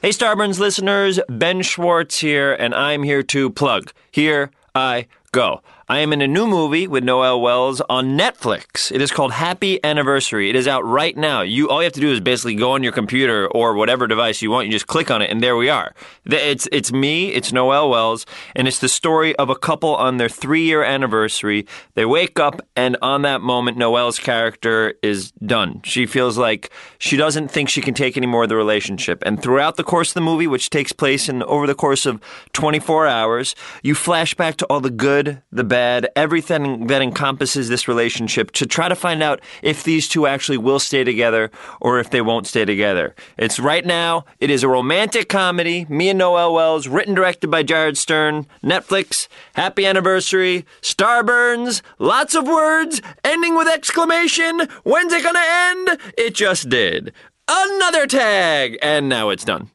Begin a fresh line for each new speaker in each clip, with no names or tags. Hey, Starburns listeners, Ben Schwartz here, and I'm here to plug. Here I go. I am in a new movie with Noel Wells on Netflix. It is called Happy Anniversary. It is out right now. You all you have to do is basically go on your computer or whatever device you want. You just click on it, and there we are. The- It's it's me. It's Noel Wells, and it's the story of a couple on their three year anniversary. They wake up, and on that moment, Noel's character is done. She feels like she doesn't think she can take any more of the relationship. And throughout the course of the movie, which takes place in over the course of 24 hours, you flash back to all the good, the bad, everything that encompasses this relationship to try to find out if these two actually will stay together or if they won't stay together. It's right now, it is a romantic comedy, me and Noel Wells, written directed by Jared Stern, Netflix, happy anniversary, Starburns, lots of words, ending with exclamation, when's it gonna end? It just did. Another tag! And now it's done.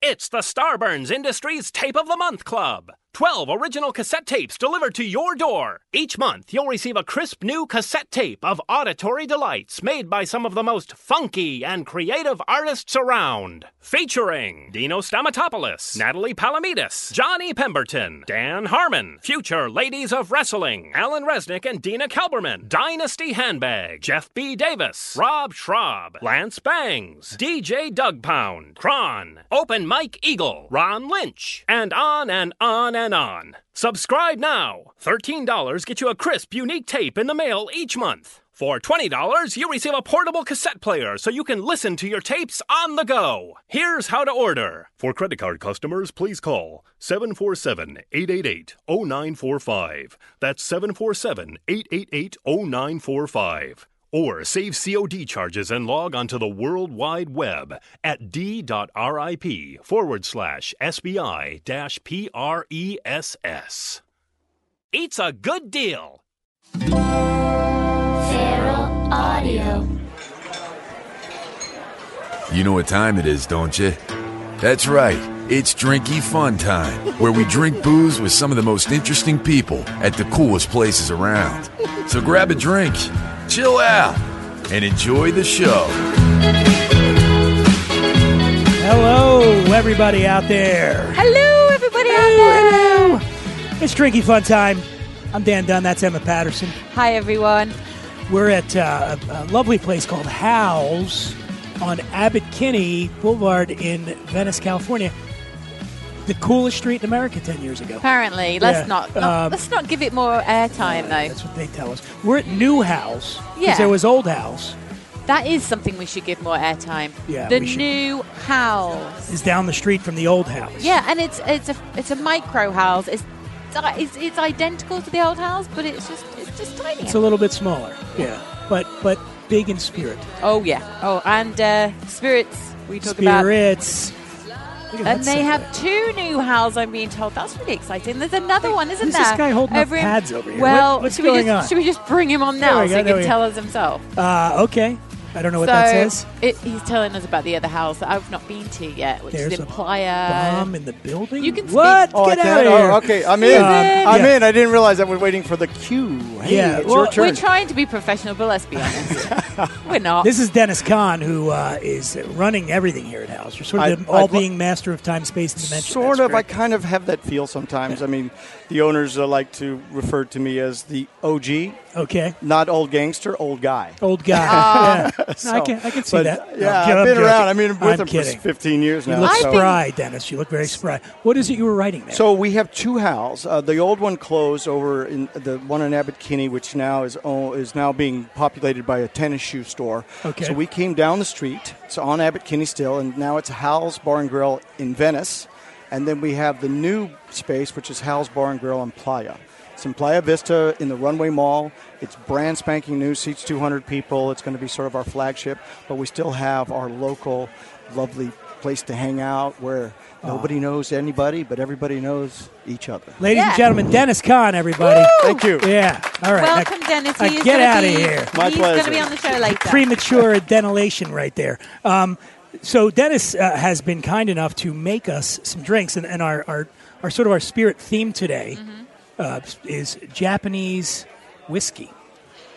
It's the Starburns Industries Tape of the Month Club. 12 original cassette tapes delivered to your door. Each month, you'll receive a crisp new cassette tape of auditory delights made by some of the most funky and creative artists around. Featuring Dino Stamatopoulos, Natalie Palamides, Johnny Pemberton, Dan Harmon, Future Ladies of Wrestling, Alan Resnick and Dina Kalberman, Dynasty Handbag, Jeff B. Davis, Rob Schraub, Lance Bangs, DJ Doug Pound, Kron, Open Mike Eagle, Ron Lynch, and on and on and on. Subscribe now. $13 gets you a crisp, unique tape in the mail each month. For $20, you receive a portable cassette player so you can listen to your tapes on the go. Here's how to order.
For credit card customers, please call 747 888 0945. That's 747 888 0945. Or save COD charges and log onto the World Wide Web at d.rip forward slash SBI dash E PRESS.
It's a good deal.
Feral Audio.
You know what time it is, don't you? That's right. It's Drinky Fun Time, where we drink booze with some of the most interesting people at the coolest places around. So grab a drink, chill out, and enjoy the show.
Hello, everybody out there.
Hello, everybody out there.
It's Drinky Fun Time. I'm Dan Dunn. That's Emma Patterson.
Hi, everyone.
We're at uh, a, a lovely place called Howells on Abbott Kinney Boulevard in Venice, California. The coolest street in America 10 years ago.
Apparently, let's
Yeah,
not, not-
um,
let's not give it more airtime though.
That's what they tell us. We're at New House. 'cause
Yeah.
there was Old House.
That is something we should give more airtime.
Yeah,
the
we should.
new house.
It's down the street from the Old House.
Yeah, and it's it's a it's a micro house. It's it's, it's identical to the old house, but it's just it's just tiny.
It's a little bit smaller. Yeah. But, but big in spirit.
oh yeah. Oh, and uh, spirits we talk about.
Spirits. Look at that
And they
sucker.
have two new houses. I'm being told. That's really exciting. There's another one, isn't
who's
there?
this guy holding up
in-
pads over here?
Well,
What- what's
should we
going
just
on?
should we just bring him on now
we
so
go,
he
there
can
we go.
tell us himself?
Uh, okay. I don't know what
so
that says.
It, he's telling us about the other house that I've not been to yet, which
There's
is in
a
Playa.
Bomb in the building?
You can
What?
speak-
Oh,
Get
I
out
can?
of here.
Oh, okay, I'm in.
Um,
I'm
yeah.
in. I didn't realize I was waiting for the cue. Hey,
Yeah,
it's
well,
your turn.
We're trying to be professional, but let's be honest, we're not.
This is Dennis Kahn, who uh, is running everything here at House. You're sort of
I-
the all
I'd lo-
being master of time, space, and dimension.
sort of. I
expert.
kind of have that feel sometimes. I mean, the owners uh, like to refer to me as the OG,
okay.
not old gangster, old guy.
Old guy. Yeah. No, I
Ah, So,
can I can see
but,
Oh, that.
Yeah,
I'm
I've been
joking.
around. I mean, with
I'm
them
kidding.
for 15 years
You
now.
look
I
so.
think-
spry, Dennis. You look very spry. What is it you were writing there?
So we have two houses. Uh, the old one closed over in the one in Abbot Kinney, which now is o is now being populated by a tennis shoe store.
Okay.
So we came down the street. It's on Abbot Kinney still, and now it's Hal's Bar and Grill in Venice, and then we have the new space, which is Hal's Bar and Grill in Playa. It's in Playa Vista in the Runway Mall. It's brand spanking new, seats 200 people. It's going to be sort of our flagship, but we still have our local, lovely place to hang out where
Uh-huh.
nobody knows anybody, but everybody knows each other.
Ladies and
Yeah.
gentlemen, Dennis Kahn, everybody.
Thank you.
Yeah. All right.
Welcome,
I-
Dennis.
I
He is
get
gonna
out
be,
of here.
My
he's going to
pleasure.
be on the show later.
premature denilation right there. Um, so Dennis uh, has been kind enough to make us some drinks, and, and our, our, our sort of our spirit theme today uh, is Japanese whiskey.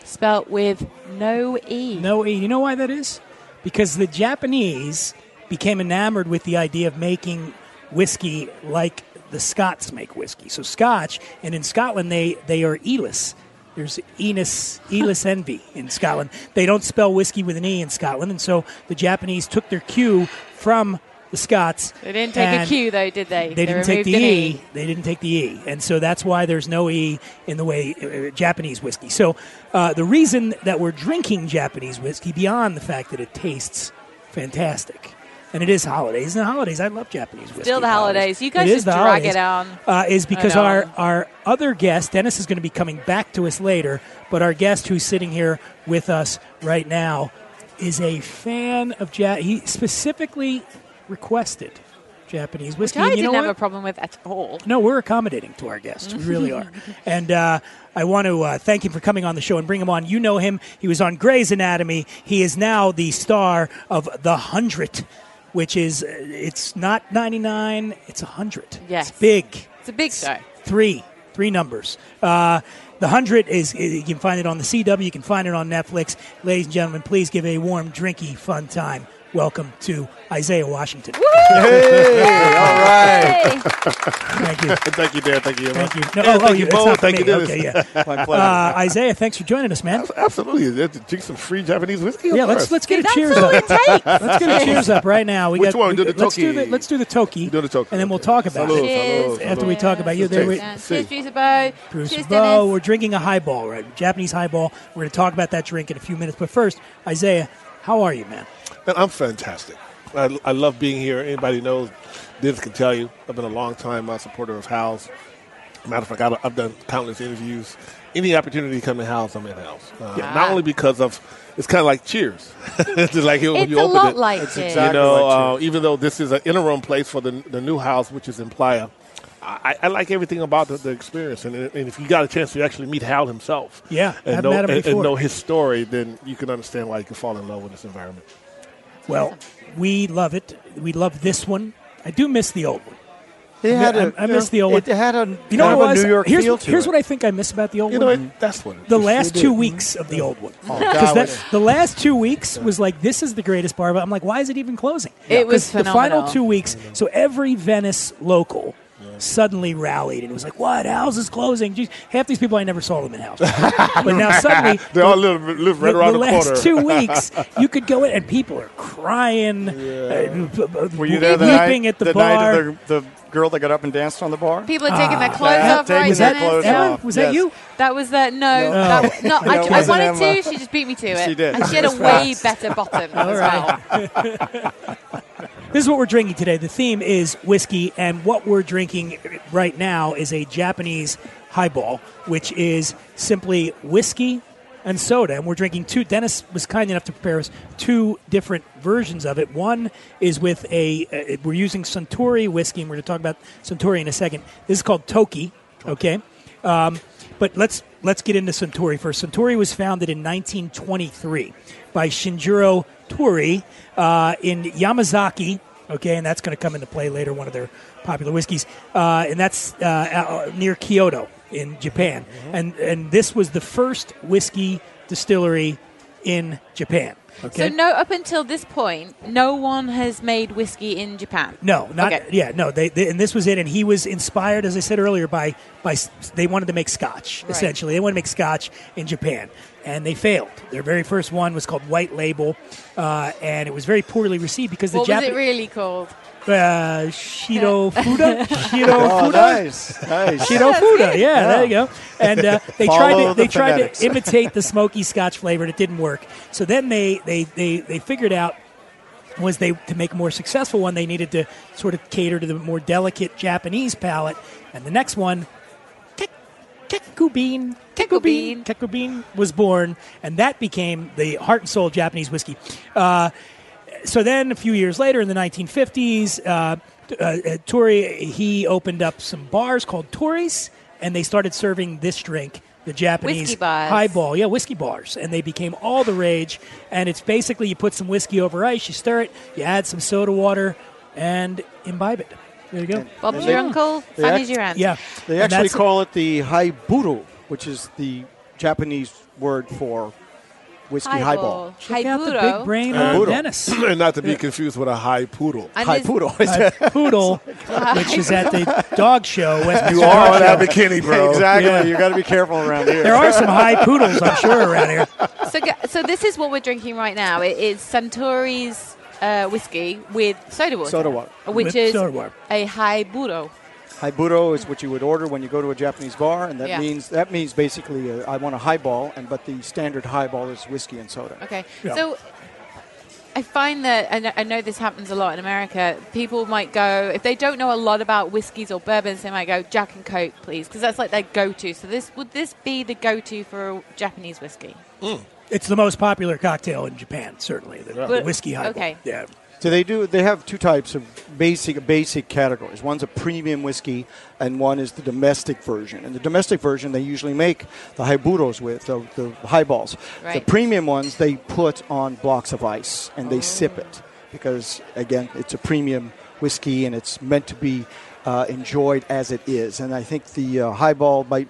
Spelt with no e.
No, you know why that is? Because the Japanese became enamored with the idea of making whiskey like the Scots make whiskey. So Scotch, and in Scotland they they are Elis. There's Enos, Elis Envy in Scotland. They don't spell whiskey with an E in Scotland, and so the Japanese took their cue from the Scots.
They didn't take a
and-
cue though, did they?
they didn't take
removed
the
an
e. They didn't take the e, and so that's why there's no e in the way uh, uh, Japanese whiskey. So uh, the reason that we're drinking Japanese whiskey, beyond the fact that it tastes fantastic, and it is holidays and holidays. I love Japanese whiskey.
Still the holidays. You
It
guys
is
just
the
drag
holidays.
it on.
Uh, is because
know.
our our other guest Dennis is going to be coming back to us later, but our guest who's sitting here with us right now is a fan of Jap. He specifically requested. Japanese whiskey.
Which I
and you know
didn't have
what?
a problem with at all.
No, we're accommodating to our guests. We really are. And uh, I want to uh, thank him for coming on the show and bring him on. You know him. He was on Grey's Anatomy. He is now the star of The Hundred, which is, uh, it's not 99, it's 100.
Yes.
It's big.
It's a big
It's
show.
Three, three numbers. Uh, the hundred is you can find it on the CW. You can find it on Netflix. Ladies and gentlemen, please give a warm, drinky, fun time. Welcome to Isaiah Washington.
Hey.
Thank you.
Thank you, Dan. Thank you.
Thank you. No,
Yeah,
oh,
thank
oh,
you
it's
both.
not for
Thank you,
me.
Dennis.
Okay, yeah.
My pleasure.
Uh, Isaiah, thanks for joining us, man.
Absolutely. You have to drink some free Japanese whiskey. of
Yeah, let's
course.
let's get a
That's
cheers
all
up.
it takes.
Let's get a cheers up right now. We
Which
got,
one?
we
Do the
got- let's do the
toki.
let's do the toki.
Do the toki,
and then we'll
okay.
talk about
Salud.
it.
Cheers.
After we talk about you,
Cheers,
there we-
Cheers, Juicy Bow.
Bruce
Cheers,
Bow. We're
Dennis.
drinking a highball, right? Japanese highball. We're going to talk about that drink in a few minutes. But first, Isaiah, how are you, man?
Man, I'm fantastic. I, I love being here. Anybody knows, Dennis can tell you. I've been a long time uh, supporter of House. Matter of fact, I- I've done countless interviews. Any opportunity to come in House, I'm in House. Uh, Not only because of, it's kind of like Cheers. it's like when
It's
you
a
open
lot
it,
like
It's
it.
exact-
you know,
like
uh, even though this is an interim place for the, the new house, which is in Playa, I, I like everything about the, the experience. And, and if you got a chance to actually meet Hal himself,
Yeah, I've
and, know,
met him
and, and
before.
know his story, then you can understand why you can fall in love with this environment.
Well, we love it. We love this one. I do miss the old one.
It had
I-
a,
I missed the old
It
one.
had a,
You know
kind
what it
of a
was?
New York
here's
feel
what,
to
here's
it.
what I think I miss about the old
You know,
one.
it, that's what it
the
it
last
sure
two
did.
weeks of the old one.
Mm-hmm. Oh,
Because
God,
that
wait.
the last two weeks was like this is the greatest bar, but I'm like, why is it even closing?
It was
'Cause the final
phenomenal.
two weeks. So every Venice local suddenly rallied and was like, "What? House is closing?" Jeez, half these people I never saw them in house, but now suddenly
They all live, live right
the,
around
the
the, corner.
last two weeks, you could go in and people are crying, uh,
Were you there the
weeping
night,
at the,
the
bar.
night of the, the girl that got up and danced on the bar?
People are
Ah,
taking their clothes
Have
off
taken
right
was
their
that
clothes
now.
Emma?
off.
Was that
Yes.
you?
That was the no. that was- No,
No, it
I, I
wasn't
wanted to.
Emma.
She just beat me to it.
She did.
And she had a way better bottom as well.
This is what we're drinking today. The theme is whiskey, and what we're drinking right now is a Japanese highball, which is simply whiskey and soda. And we're drinking two. Dennis was kind enough to prepare us two different versions of it. One is with a, uh, we're using Suntory whiskey, and we're going to talk about Suntory in a second. This is called Toki, okay? Um, but let's let's get into Suntory first. Suntory was founded in 1923 by Shinjiro Tori uh, in Yamazaki. Okay, and that's going to come into play later. One of their popular whiskeys, uh, and that's uh, out- near Kyoto in Japan. And and this was the first whiskey distillery in Japan. Okay.
So no, up until this point, no one has made whiskey in Japan.
No, not
Okay.
yeah, no. They, they and this was it, and he was inspired, as I said earlier, by by s- they wanted to make scotch
Right.
essentially. They wanted to make scotch in Japan, and they failed. Their very first one was called White Label, uh, and it was very poorly received because
What
the
was it
Japanese
really called?
uh, Shiro Fuda, Shiro
Oh,
Fuda,
nice, nice. Oh.
Shiro Fuda. Yeah, there you go. And uh, they tried
Follow
to
the
they tried
phonetics.
to imitate the smoky Scotch flavor, and it didn't work. So then they they they, they figured out was they to make a more successful one, they needed to sort of cater to the more delicate Japanese palate. And the next one, Kek- Keku Bean, Keku Bean, Keku Bean was born, and that became the heart and soul of Japanese whiskey. Uh, so then, a few years later, in the 1950s, uh, uh, uh, Tori he opened up some bars called Tori's, and they started serving this drink, the Japanese
Whiskey bars.
high highball, yeah, whiskey bars, and they became all the rage. And it's basically you put some whiskey over ice, you stir it, you add some soda water, and imbibe it. There you go.
Bob's
They-
your uncle, Fanny's
they-
your aunt.
Yeah,
They
And
actually
that's-
call it the haiburu, which is the Japanese word for whiskey highball.
Check out the big brain
Uh,
on
poodle.
Dennis.
and not to be confused with a high poodle.
And
High
his-
poodle.
A Uh, poodle, which is at the dog show. West
You
Dog
are on
Show.
Abbott Kinney, bro.
exactly.
Yeah.
Oh, You got to be careful around here.
There are some high poodles, I'm sure, around here.
So, g- so this is what we're drinking right now. It is Suntory's uh, whiskey with soda water.
Soda water.
Which
With
is
soda water.
a high burro.
Haiburo is what you would order when you go to a Japanese bar, and that
Yeah.
means that means basically uh, I want a highball, and but the standard highball is whiskey and soda.
Okay.
Yeah.
So I find that, and I know this happens a lot in America, people might go, if they don't know a lot about whiskeys or bourbons, they might go, Jack and Coke, please, because that's like their go to. So this would this be the go to for a Japanese whiskey?
It's the most popular cocktail in Japan, certainly. The, the
But-
whiskey highball.
okay.
Yeah.
So they do. They have two types of basic basic categories. One's a premium whiskey, and one is the domestic version. And the domestic version they usually make the haiburos with the, the highballs. The
Right.
premium ones they put on blocks of ice and they sip it because again it's a premium whiskey and it's meant to be uh, enjoyed as it is. And I think the uh, highball by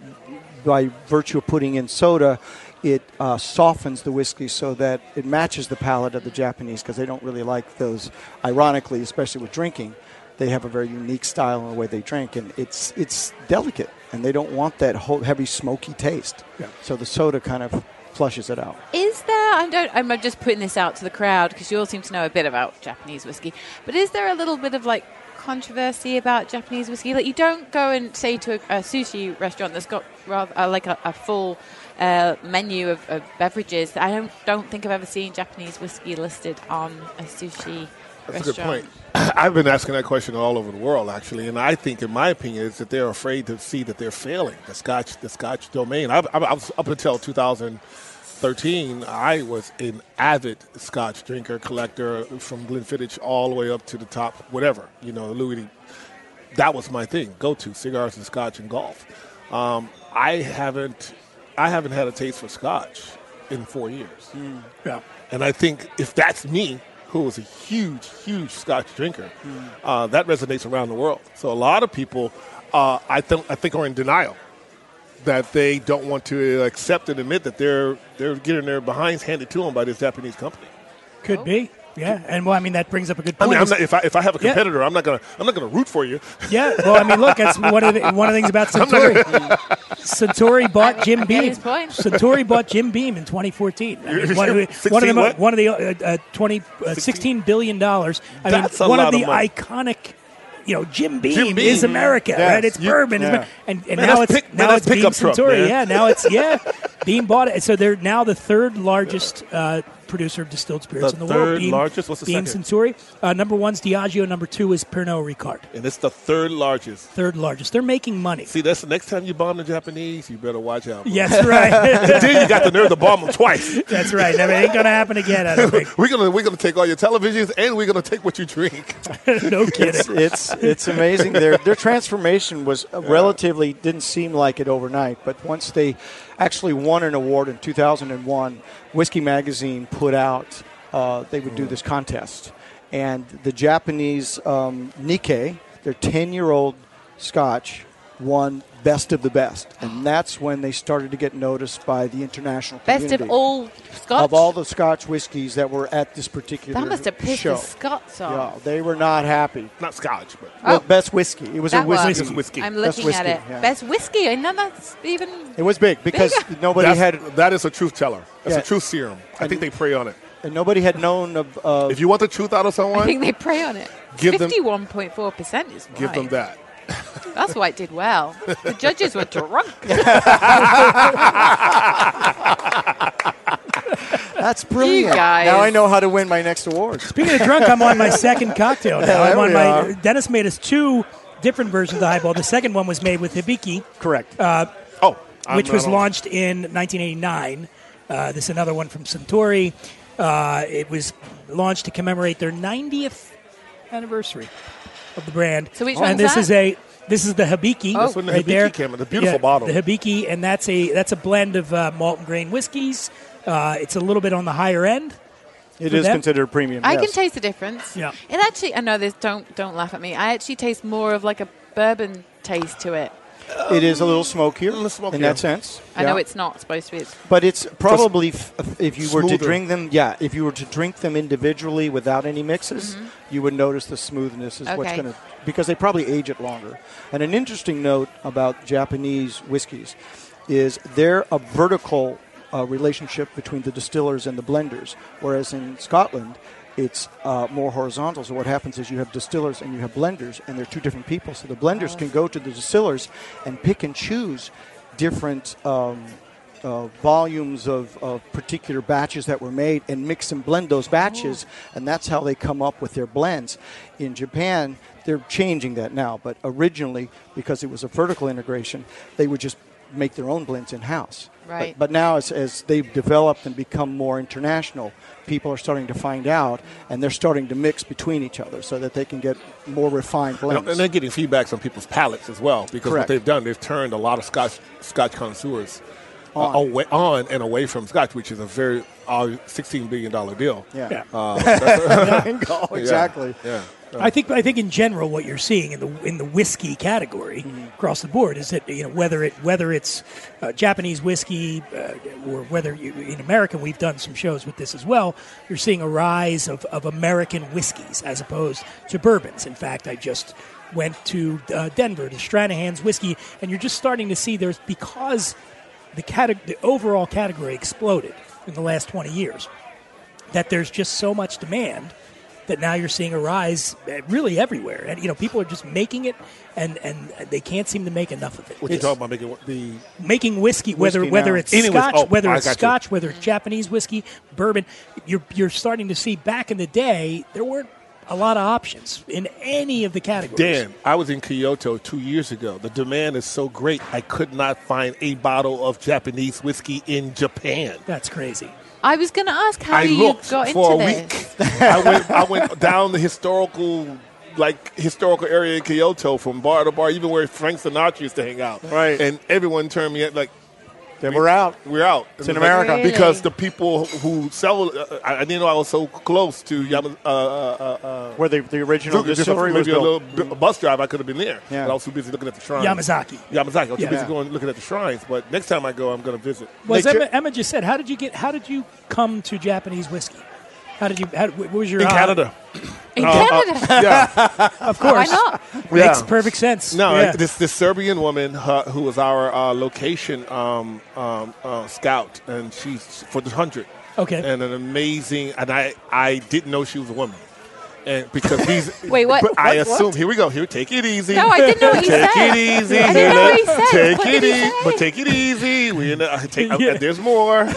by virtue of putting in soda, it uh, softens the whiskey so that it matches the palate of the Japanese because they don't really like those. Ironically, especially with drinking, they have a very unique style in the way they drink, and it's it's delicate, and they don't want that whole heavy smoky taste. So the soda kind of flushes it out.
Is there? I don't. I'm just putting this out to the crowd because you all seem to know a bit about Japanese whiskey. But is there a little bit of like controversy about Japanese whiskey? Like you don't go and say to a, a sushi restaurant that's got rather uh, like a, a full uh, menu of, of beverages. I don't don't think I've ever seen Japanese whiskey listed on a sushi
That's a good
restaurant.
point. I've been asking that question all over the world, actually, and I think, in my opinion, is that they're afraid to see that they're failing the Scotch, the Scotch domain. I, I, I was up until 2013, I was an avid Scotch drinker, collector, from Glenfiddich all the way up to the top, whatever you know, Louis that was my thing go to cigars and scotch and golf um, i haven't i haven't had a taste for scotch in four years
Yeah.
and i think if that's me who was a huge huge scotch drinker
Hmm.
uh, that resonates around the world so a lot of people uh, I, th- I think are in denial that they don't want to accept and admit that they're they're getting their behinds handed to them by this japanese company
Could be.
Oh.
Yeah. And, well, I mean, that brings up a good
I
point.
mean, I'm
is-
not, if I if I have a
Yeah.
competitor, I'm not gonna I'm not gonna root for you.
Yeah, well, I mean, look, that's one of the, one of the things about Suntory. Suntory bought Jim
get
Beam.
his point.
Suntory bought Jim Beam in 2014. I mean, one, of the- one of the
16
mo-
what?
one of the uh, uh, 20 uh, 16 billion dollars. I
That's a
mean, one
lot
of
of
the
money.
iconic. You know, Jim Beam,
Jim
is
Beam.
America,
Yes.
right? It's
You-
bourbon,
yeah.
it's, and, and
Man,
now
that's
it's
pick-
now
man, that's
it's Beam
pickup truck,
Suntory.
man.
Yeah, now it's yeah, Beam bought it. So they're now the third largest uh, producer of distilled spirits
The
in the
third
world. Beam,
largest? What's the
Beam
second?
Suntory. Uh, number one's Diageo. Number two is Pernod Ricard
And it's the third largest
third largest. They're making money.
See, that's the next time you bomb the Japanese, you better watch out. bro.
Yes, right.
then you got the nerve to bomb them twice.
That's right. That ain't gonna happen again. I don't think.
We're gonna we're gonna take all your televisions and we're gonna take what you drink.
No kidding.
it's it's it's amazing. Their their transformation was uh, relatively didn't seem like it overnight, but once they actually won an award in 2001, Whiskey Magazine put out uh, they would do
Mm.
this contest, and the Japanese um, Nikkei, their 10 year old Scotch, won best of the best, and that's when they started to get noticed by the international
Best of
community.
all Scotch.
Of all the Scotch whiskeys that were at this particular
that must have pissed
show,
the Scots
yeah,
off. Oh,
they were not happy.
Not scotch, but
Well, best whiskey. It was a
That
whiskey.
one.
whiskey.
I'm
Best
looking
whiskey,
at it.
yeah.
Best whiskey. I know that's even.
It was big because nobody
that's,
had
that is a truth teller. That's
Yeah.
a truth serum. I think they prey on it.
and nobody had known of. Uh,
If you want the truth out of
I think
someone,
they prey on it.
Give them-
Fifty-one point four percent is
give them
why.
that.
That's why it did well. The judges were drunk.
that's brilliant.
guys.
Now I know how to win my next award.
Speaking of drunk, I'm on my second cocktail now. I'm
there
on
we
my.
are.
Dennis made us two different versions of the highball. The second one was made with hibiki,
Correct. Uh,
Oh, I'm
which
not
was
on-
launched in 1989. Uh, this is another one from Suntory. Uh, it was launched to commemorate their 90th anniversary of the brand.
So which
and
one's
this
that?
is a this is the Habiki.
That's when the
right
Hibiki
there.
came in, the beautiful bottle.
The Habiki, and that's a that's a blend of uh, malt and grain whiskeys. Uh, it's a little bit on the higher end.
it
for
is
them?
considered premium.
I
yes.
can taste the difference.
Yeah.
It actually, I know this. Don't don't laugh at me. I actually taste more of like a bourbon taste to it.
it is a little smokier
Mm, smokier.
in that sense.
I know
Yeah.
it's not supposed to be. It's
But it's probably f- if you were to
Smoother.
drink them, yeah, if you were to drink them individually without any mixes, you would notice the smoothness is what's
Okay.
going to because they probably age it longer. And an interesting note about Japanese whiskeys is they're a vertical uh, relationship between the distillers and the blenders, whereas in Scotland. It's uh, more horizontal. So what happens is you have distillers and you have blenders, and they're two different people. So the blenders can go to the distillers and pick and choose different um, uh, volumes of, of particular batches that were made and mix and blend those batches, and that's how they come up with their blends. In Japan, they're changing that now, but originally, because it was a vertical integration, they would just make their own blends in house.
Right.
But, but now, as, as they've developed and become more international, people are starting to find out, and they're starting to mix between each other so that they can get more refined blends.
And, and they're getting feedback from people's palates as well because
Correct.
what they've done, they've turned a lot of Scotch Scotch connoisseurs uh,
On.
away, on and away from Scotch, which is a very uh, sixteen billion dollar deal.
yeah.
Uh, that's-
Oh, exactly.
Yeah.
I think I think in general what you're seeing in the in the whiskey category across the board is that you know whether it whether it's uh, Japanese whiskey uh, or whether you, in America we've done some shows with this as well. You're seeing a rise of, of American whiskeys as opposed to bourbons. In fact, I just went to uh, Denver to Stranahan's whiskey, and you're just starting to see there's because the cate- the overall category exploded in the last 20 years that there's just so much demand that now you're seeing a rise uh, really everywhere and you know people are just making it and and they can't seem to make enough of it
What you talking about making what the
making whiskey whether
Whiskey
whether
now.
it's
Anyways,
scotch
oh,
whether
I
it's
got you.
scotch whether it's Japanese whiskey bourbon you're you're starting to see back in the day there weren't a lot of options in any of the categories
Dan, I was in Kyoto two years ago. The demand is so great, I could not find a bottle of Japanese whiskey in Japan.
that's crazy
I was going to ask how
I
you
looked
got
for
into
a
this.
week. I went. I went down the historical, like historical area in Kyoto, from bar to bar, even where Frank Sinatra used to hang out.
Right.
And everyone turned me at like.
Then we're out.
We're out.
It's in
And like-
America. Really?
because the people who sell. Uh, I I didn't know I was so close to. Yama, uh, uh, uh, uh,
Where the, the original
just a-
distillery
maybe
was
a
built.
little bu- bus drive. I could have been there,
Yeah.
but I was too busy looking at the shrines.
Yamazaki.
Yamazaki. I was
Yeah.
too busy going looking at the shrines. But next time I go, I'm going to visit.
well, as
Nick,
Emma,
you-
Emma just said how did you get how did you come to Japanese whiskey how did you how, what was your
In
uh,
Canada.
In
Uh, uh,
Canada.
yeah.
of course
Why not?
makes
Yeah.
perfect sense
No,
Yeah.
this this Serbian woman uh, who was our uh, location um, um, uh, scout, and she's for the hundred.
Okay.
And an amazing, and I I didn't know she was a woman, and because these.
Wait, what?
But I
What? What?
assume here we go. Here, take it easy.
No, I didn't know what he
take
said.
it easy.
I didn't know what he
Lila.
said.
Take
What
it
did he
easy,
say?
but take it easy. We in the, I take, I-
Yeah.
there's more. is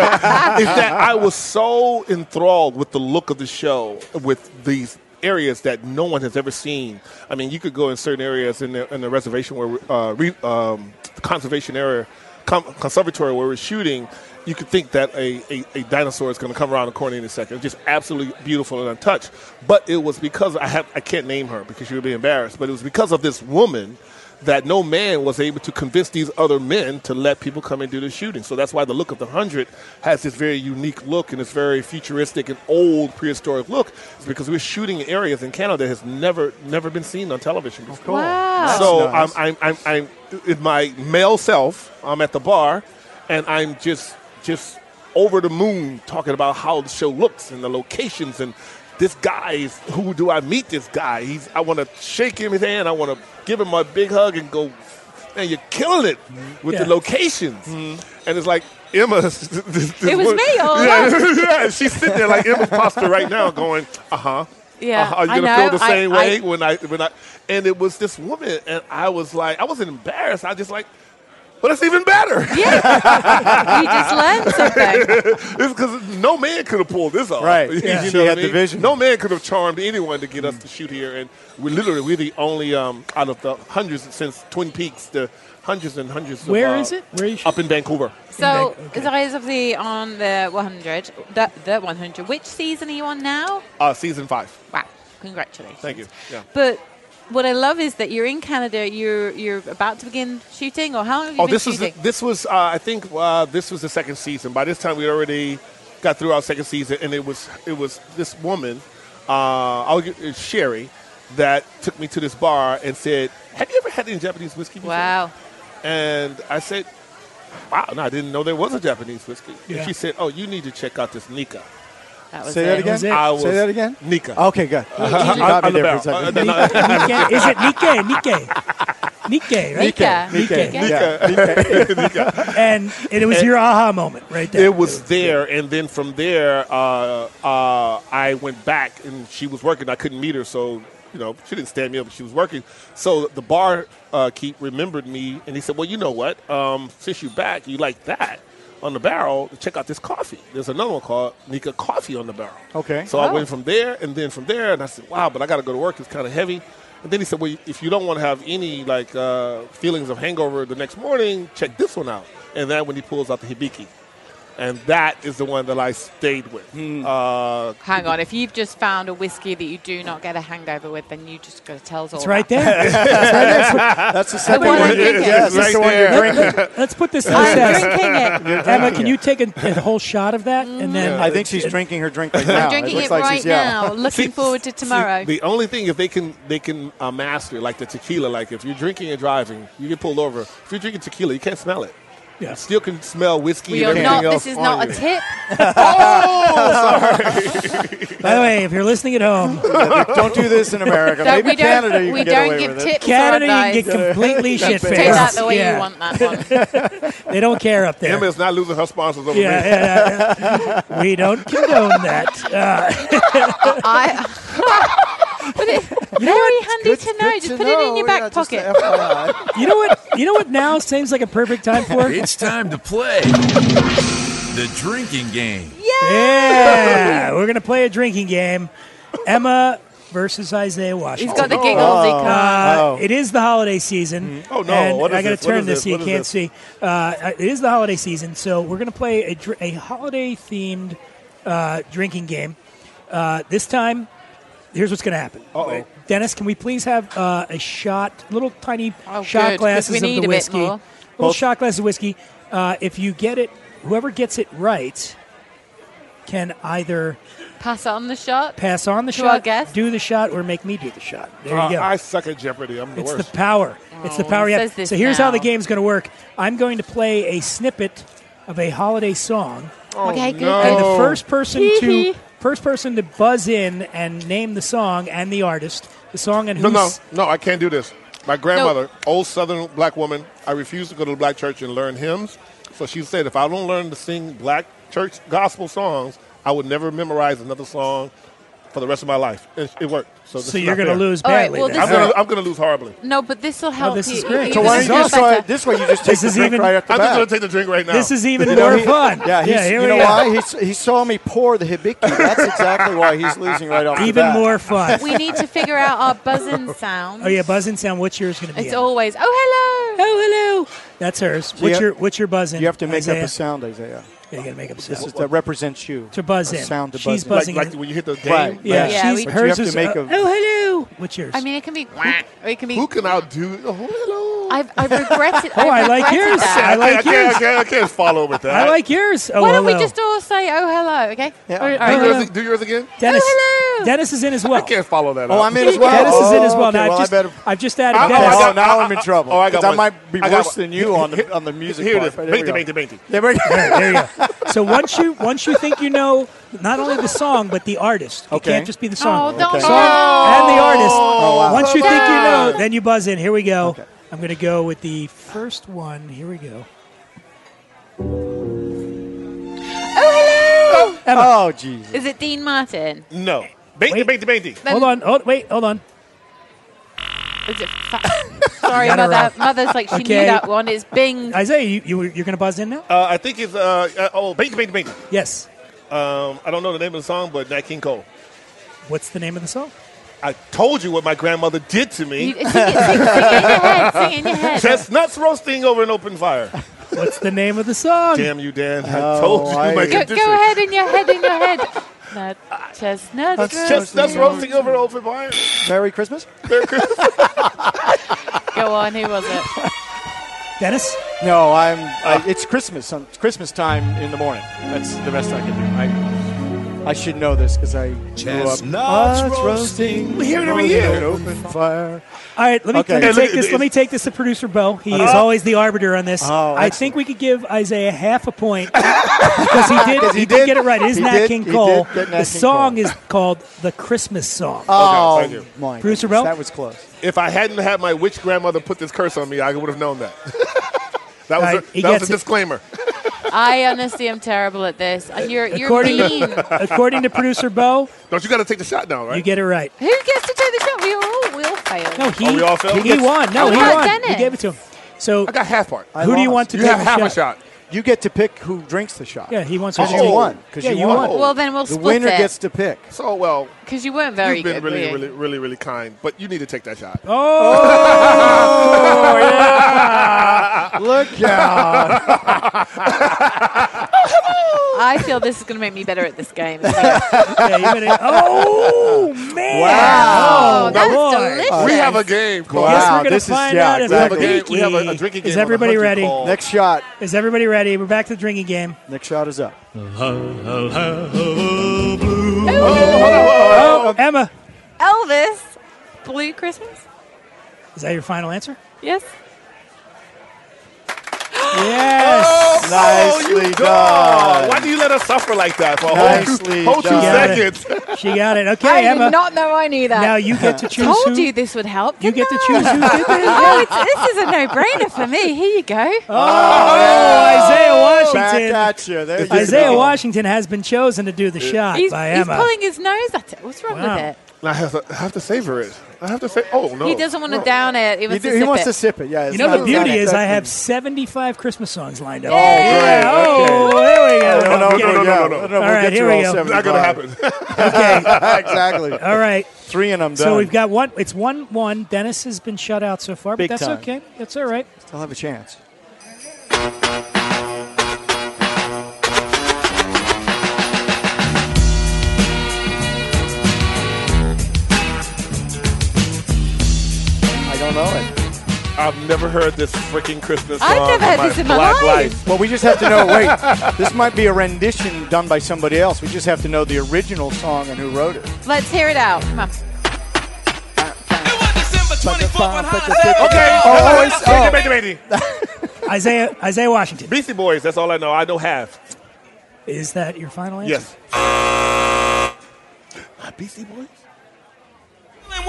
that I was so enthralled with the look of the show, with these areas that no one has ever seen. I mean, you could go in certain areas in the in the reservation where uh, re, um, conservation area, com, conservatory where we're shooting. You could think that a, a, a dinosaur is going to come around the corner any second. It's just absolutely beautiful and untouched. But it was because I have I can't name her because she would be embarrassed. But it was because of this woman that no man was able to convince these other men to let people come and do the shooting. So that's why the look of the hundred has this very unique look and this very futuristic and old prehistoric look. It's because we're shooting in areas in Canada that has never never been seen on television before.
Wow.
So
nice.
I'm, I'm, I'm, I'm, in my male self, I'm at the bar, and I'm just, just over the moon talking about how the show looks and the locations and this guy is who do I meet? This guy, he's. I want to shake him his hand. I want to give him my big hug and go. Man, you're killing it with the
Yeah.
locations, and it's like Emma. this- this
It was
woman-
me all
yeah, yeah, she's sitting there like Emma Foster right now, going, uh huh.
Yeah,
Uh-huh. Are you
I
gonna feel
know.
the
I-
same
I-
way when I when I and it was this woman and I was like I wasn't embarrassed. I just like, well, that's even better.
Yeah. you just learned something.
because no man could have pulled this off.
Right.
You
Yeah.
know
She
what I
had the
mean?
vision.
No man could have charmed anyone to get us to shoot here, and we literally we're the only um, out of the hundreds since Twin Peaks, the hundreds and hundreds.
Where
of, uh,
is it? Where you
Up in Vancouver.
So,
Okay.
Rise of the on the 100, the, the 100. Which season are you on now?
Uh, season five.
Wow! Congratulations.
Thank you. Yeah.
But what I love is that you're in Canada. You're you're about to begin shooting, or how long have you
Oh,
been
this was
shooting?
the, this was uh, I think uh, this was the second season. By this time, we already got through our second season, and it was it was this woman, uh, I'll get, it's Sherry. that took me to this bar and said, "Have you ever had any Japanese whiskey?" before?"
Wow.
And I said, "Wow, no, I didn't know there was a Japanese whiskey."
Yeah.
And she said, "Oh, you need to check out this Nika."
That was
Say
it.
that again.
was it.
I was
Say that again.
Nika.
Okay, good. You got me
on the
there for a
barrel.
second.
Uh, no, no,
Nikkei. Is it Nikkei? Nikkei. Nikkei, right?
Nika.
Nikkei.
Nika.
Yeah.
And, and it was your aha moment right there.
It was there, and then from there, uh, uh, I went back, and she was working. I couldn't meet her, so you know she didn't stand me up, but she was working. So the bar uh, keep remembered me, and he said, "Well, you know what? Um, since you back, you like that on the barrel. Check out this coffee. There's another one called Nika Coffee on the barrel."
Okay.
So
Oh.
I went from there, and then from there, and I said, "Wow, but I got to go to work. It's kind of heavy." And then he said, "Well, if you don't want to have any like uh, feelings of hangover the next morning, check this one out." And then when he pulls out the hibiki, and that is the one that I stayed with.
Hmm.
Uh,
Hang on. If you've just found a whiskey that you do not get a hangover with, then you just got to tell us all.
It's right
that.
there.
That's the second
one
one.
I'm thinking.
Yes,
Right
that's the one
there.
you're drinking.
Let's put this to the
I'm
test.
drinking it.
Emma, can you take a, a whole shot of that? And then
I think she's drinking her drink right now.
I'm drinking
looks
it
like
right
she's- yeah.
now. Looking
see-
forward to
see,
tomorrow.
the only thing if they can they can uh, master like the tequila. Like if you're drinking and driving, you get pulled over. If you're drinking tequila, you can't smell it.
Yeah.
You still can smell whiskey.
we
and
are
everything
not.
else
This is
on
not a
you.
tip.
By the way, if you're listening at home,
Don't do this in America.
That we
Maybe
don't.
Canada you
we
can get
don't
away
give
with it.
tips
Canada
or
you can
advice.
get completely shit faced.
Take that the way
yeah.
you want that one.
They don't care up there.
Emma is not losing her sponsors over
yeah,
me.
yeah, yeah. we don't condone that. Uh,
I. but it, very handy
Good-
to know.
good
Just
to
put it in
know.
your
Yeah,
back
just
pocket.
a FYI.
you know what? You know what? Now seems like a perfect time for it.
It's time to play the drinking game.
Yeah, we're gonna play a drinking game. Emma versus Isaiah Washington.
He's got the giggles. He can't.
Uh, It is the holiday season.
Oh, no.
And
What is
I got to
this? What
turn
is
this
this?
so you
What is
can't
this?
see. Uh, it is the holiday season, so we're going to play a, dr- a holiday themed uh, drinking game. Uh, this time, here's what's going to happen.
Uh-oh.
Dennis, can we please have uh, a shot, little tiny
Oh,
shot
good, 'cause
glasses
we
of
need a
the
bit
whiskey?
more.
Little shot glasses of whiskey. Uh, if you get it, whoever gets it right can either
Pass it on the shot.
pass on the
To our
shot,
guest?
do the shot, or make me do the shot. There
Uh,
you go.
I suck at Jeopardy. I'm the
It's the
worst.
power. it's the
Oh,
power.
it
Yeah.
says this
So here's how the
now.
game's going to work. I'm going to play a snippet of a holiday song,
okay, good.
no.
and the
Oh.
first person to
Hee-hee.
first person to buzz in and name the song and the artist, the song and
no,
who's
no, no. I can't do this. My grandmother, old Southern black woman, I refused to go to the black church and learn hymns. So she said, if I don't learn to sing black church gospel songs, I would never memorize another song for the rest of my life. It, it worked. So, this
So
is
you're
not
going to
fair.
lose
All right,
badly.
well,
then.
this
I'm gonna, I'm gonna lose horribly.
No, but this will help
Oh, this
you.
is great.
you-
So
So why
this
don't you
is
just so I,
better.
this way you just take
This
the
is
drink
even-
right off the
I'm just gonna
bat.
take the drink right now.
this is even
You know,
more
he-
fun.
Yeah, he's,
here
you
we
know
go.
why? He's, he saw me pour the hibiki. That's exactly why he's losing right off the
Even
bat.
more fun.
We need to figure out our buzzing sound.
oh yeah, buzzing sound. What's yours going to be?
It's
Emma?
always, oh, hello.
Oh hello. That's hers.
you
what's
have-
your what's your buzzing?
You have to make
Isaiah?
up a sound, Isaiah.
Yeah, you got to make up a
This is,
sound.
that represents you.
To buzz
A
in.
sound to
She's
buzz in.
like,
buzzing.
like when you hit the game.
Right.
Yeah,
Yeah.
Yeah,
she's
we- But
you
hers
have to
is
make
uh,
a-
oh hello. What's yours?
I mean, it can be, or it can be.
Who can outdo? Oh, hello.
I've, I've regretted.
Oh, I
I've
like
regretted
yours.
that.
I like
I
yours.
can't, I can't, I can't follow with that.
I like yours. Oh,
Why don't
hello.
we just all say, oh, hello, okay?
Yeah.
Or- all
Do
right.
hello.
yours, do yours again.
Dennis?
Oh, hello.
Dennis is in as
I
well.
can't follow that.
Oh,
up.
I'm in as well. Oh,
Dennis is in as well.
Okay,
now,
well,
I've, just,
I better.
I've just added
I- oh,
Dennis.
I
Oh,
got-
now
I-
I'm in
I-
trouble.
oh, I got
'cause
one.
I might be
I got
worse
one.
than you on the on the music
Here it
part.
is.
but here we
Bainty, bainty,
go.
bainty.
There we go.
there you go. So once you once you think you know not only the song but the artist.
Okay.
It can't just be the song.
Oh, don't
Okay.
Song and the
Oh,
artist.
wow.
Once you think you know,
Yeah.
then you buzz in. Here we go.
Okay.
I'm going to go with the first one. Here we go.
Oh, hello.
Oh, Jesus.
Is it Dean Martin?
No. Bainty,
Wait.
bainty, bainty.
Hold on. Oh, wait. Hold on.
Is it fa- Sorry,
got it
mother.
wrong.
Mother's like, she
Okay.
knew that one. It's Bing.
Isaiah, you, you you're going to buzz in now?
Uh, I think it's uh, uh oh, bainty, bainty, bainty.
Yes.
Um, I don't know the name of the song, but Nat King Cole.
What's the name of the song?
I told you what my grandmother did to
You-
me.
Sing it, sing, sing it in your head. Sing it in your head.
Chestnuts roasting over an open fire.
What's the name of the song?
Damn you, Dan. Oh, I told you
I-
my
go,
condition.
go ahead in your head, in your head. Nut, chestnut,
That's
roast.
Chestnuts roasting over an open fire.
Merry Christmas?
Go on, who was it?
Dennis.
No, I'm. I, it's Christmas. um, It's Christmas time in the morning. That's the best I can do. I, I should know this because I grew up.
Chestnuts
Us
roasting.
We hear it every
on
year.
an Open fire.
All right, let me,
Okay.
let me
Hey,
look
take
at
this.
this.
Let me take this to producer Bo. He is always the arbiter on this.
Oh,
I
excellent.
think we could give Isaiah half a point because he did.
he
he did
did.
get it right. It is
He
Nat
did-
King
he
Cole.
did get Nat
the
King
song
Cole.
is called "The Christmas Song."
Oh,
thank you.
my
Producer
goodness,
Bell?
That was close.
If I hadn't had my witch grandmother put this curse on me, I would have known that. that was
Right,
a,
he
that was
gets
a
it.
disclaimer.
I honestly am terrible at this. Uh, You're, you're
According to-
mean.
According to producer Bo,
Don't you got to take the shot now, right?
you get it right.
Who gets to take the shot? We all will fail.
No, he
Oh, we all failed?
he won. No,
I
he
thought
won.
Oh, Dennis.
We gave it to him. So
I got half part.
I
who do you
lost.
want to
you
take
have
the
half
shot?
a shot.
You get to pick who drinks the shot.
Yeah, he wants.
Because
to
you won. Because
Yeah,
you,
you
won.
won.
Well, then we'll
The
split
winner
it.
gets to pick.
So well,
Because you weren't very
you've
good.
been really,
were you?
really, really, really kind, but you need to take that shot.
Oh,
Look out.
I feel this is going to make me better at this game. Oh,
yeah, you better- oh man!
Wow.
Oh, that
boy.
was delicious.
we have a game. called-
Wow,
Yes, we're gonna
this is-
find
yeah,
out as
We have a
exactly.
game. We have a, a drinking game.
Is
on
everybody
Hunting
ready?
Call.
Next shot.
Is everybody ready? We're back to the drinking game.
Next shot is up.
Oh, Emma,
Elvis, Blue Christmas.
is that your final answer?
Yes.
Yes.
Oh,
Nicely
you dog.
done.
Why do you let us suffer like that for a whole
Nicely
two, whole two
done.
seconds?
She got it. Okay,
I
Emma.
did not know I knew that.
now you get to choose
Told
who.
you this would help.
you get
didn't
to
I?
choose who did this.
Oh, it's, this is a no-brainer for me. Here you go.
Oh, Isaiah
Back
Washington.
at you. There you
Isaiah
go.
Washington has been chosen to do the shot
he's,
by
he's
Emma.
pulling his nose at it. What's wrong
Wow.
with it?
I have, to, I have to savor it. I have to say, oh no.
He doesn't want to
No.
down it. He wants
He, do-
to
he
sip
wants
it.
to sip it. Yeah.
you know the beauty is I have 75 Christmas songs lined up.
Yay!
Yeah, oh, there we go.
No, no,
Okay.
no, no, no, no.
All right, here we go.
Not gonna happen.
Okay.
exactly.
All right.
Three and I'm done.
So we've got one. It's one one. Dennis has been shut out so far, but
Big
that's
time.
okay. That's all right.
I'll have a chance. I don't know it.
I've never heard this freaking Christmas song.
I've never heard this in my
black
life.
Well, we just have to know. Wait, this might be a rendition done by somebody else. We just have to know the original song and who wrote it.
Let's hear it out. Come on.
Okay.
Oh, oh, it's- oh.
Baby, baby, baby.
Isaiah Isaiah Washington.
Beastie Boys. That's all I know. I know half.
Is that your final answer?
Yes. Not Beastie Boys. Not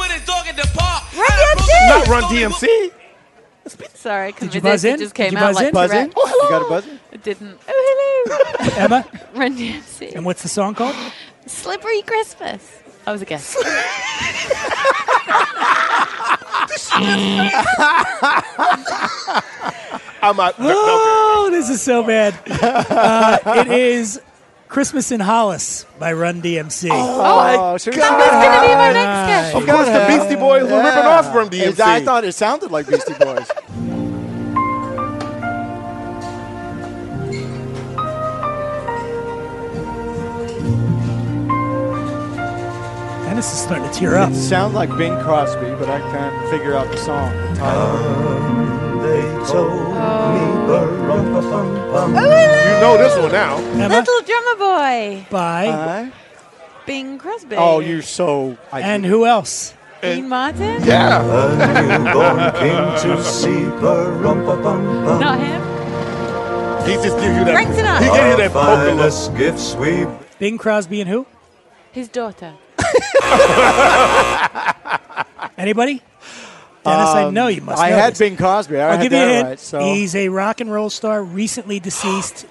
Run DMC.
Sorry, because
you buzz in?
just
Did
came
you
out
buzz
like
in? Oh,
Buzz in?
Tourette.
You got a buzz in?
It didn't. Oh, hello.
Emma.
Run DMC.
And what's the song called?
Slippery Christmas. I was a guess.
I'm out. No, no.
Oh, this is so bad. Uh, it is Christmas in Hollis by Run DMC.
Oh, oh seriously?
That was going to be my next
Oh,
guess.
Of course, the Beastie Boys were ripping off from DMC.
I thought it sounded like Beastie Boys.
Dennis is starting to tear up.
It sounds like Bing Crosby, but I can't figure out the song. the title.
you know this one now.
Emma
Little Drummer Boy.
by
Huh?
Bing Crosby.
Oh, you're so. Uh, I
and who else?
Dean Martin?
Yeah.
Not him.
He just gives you that.
Cranks it up.
He gave you that poker look.
Bing Crosby and who?
His daughter.
Anybody? Dennis, I know you must.
Um, I
know
had
this.
Bing Crosby. I
I'll
had
give you
that
a hint.
right. So
He's a rock and roll star, recently deceased.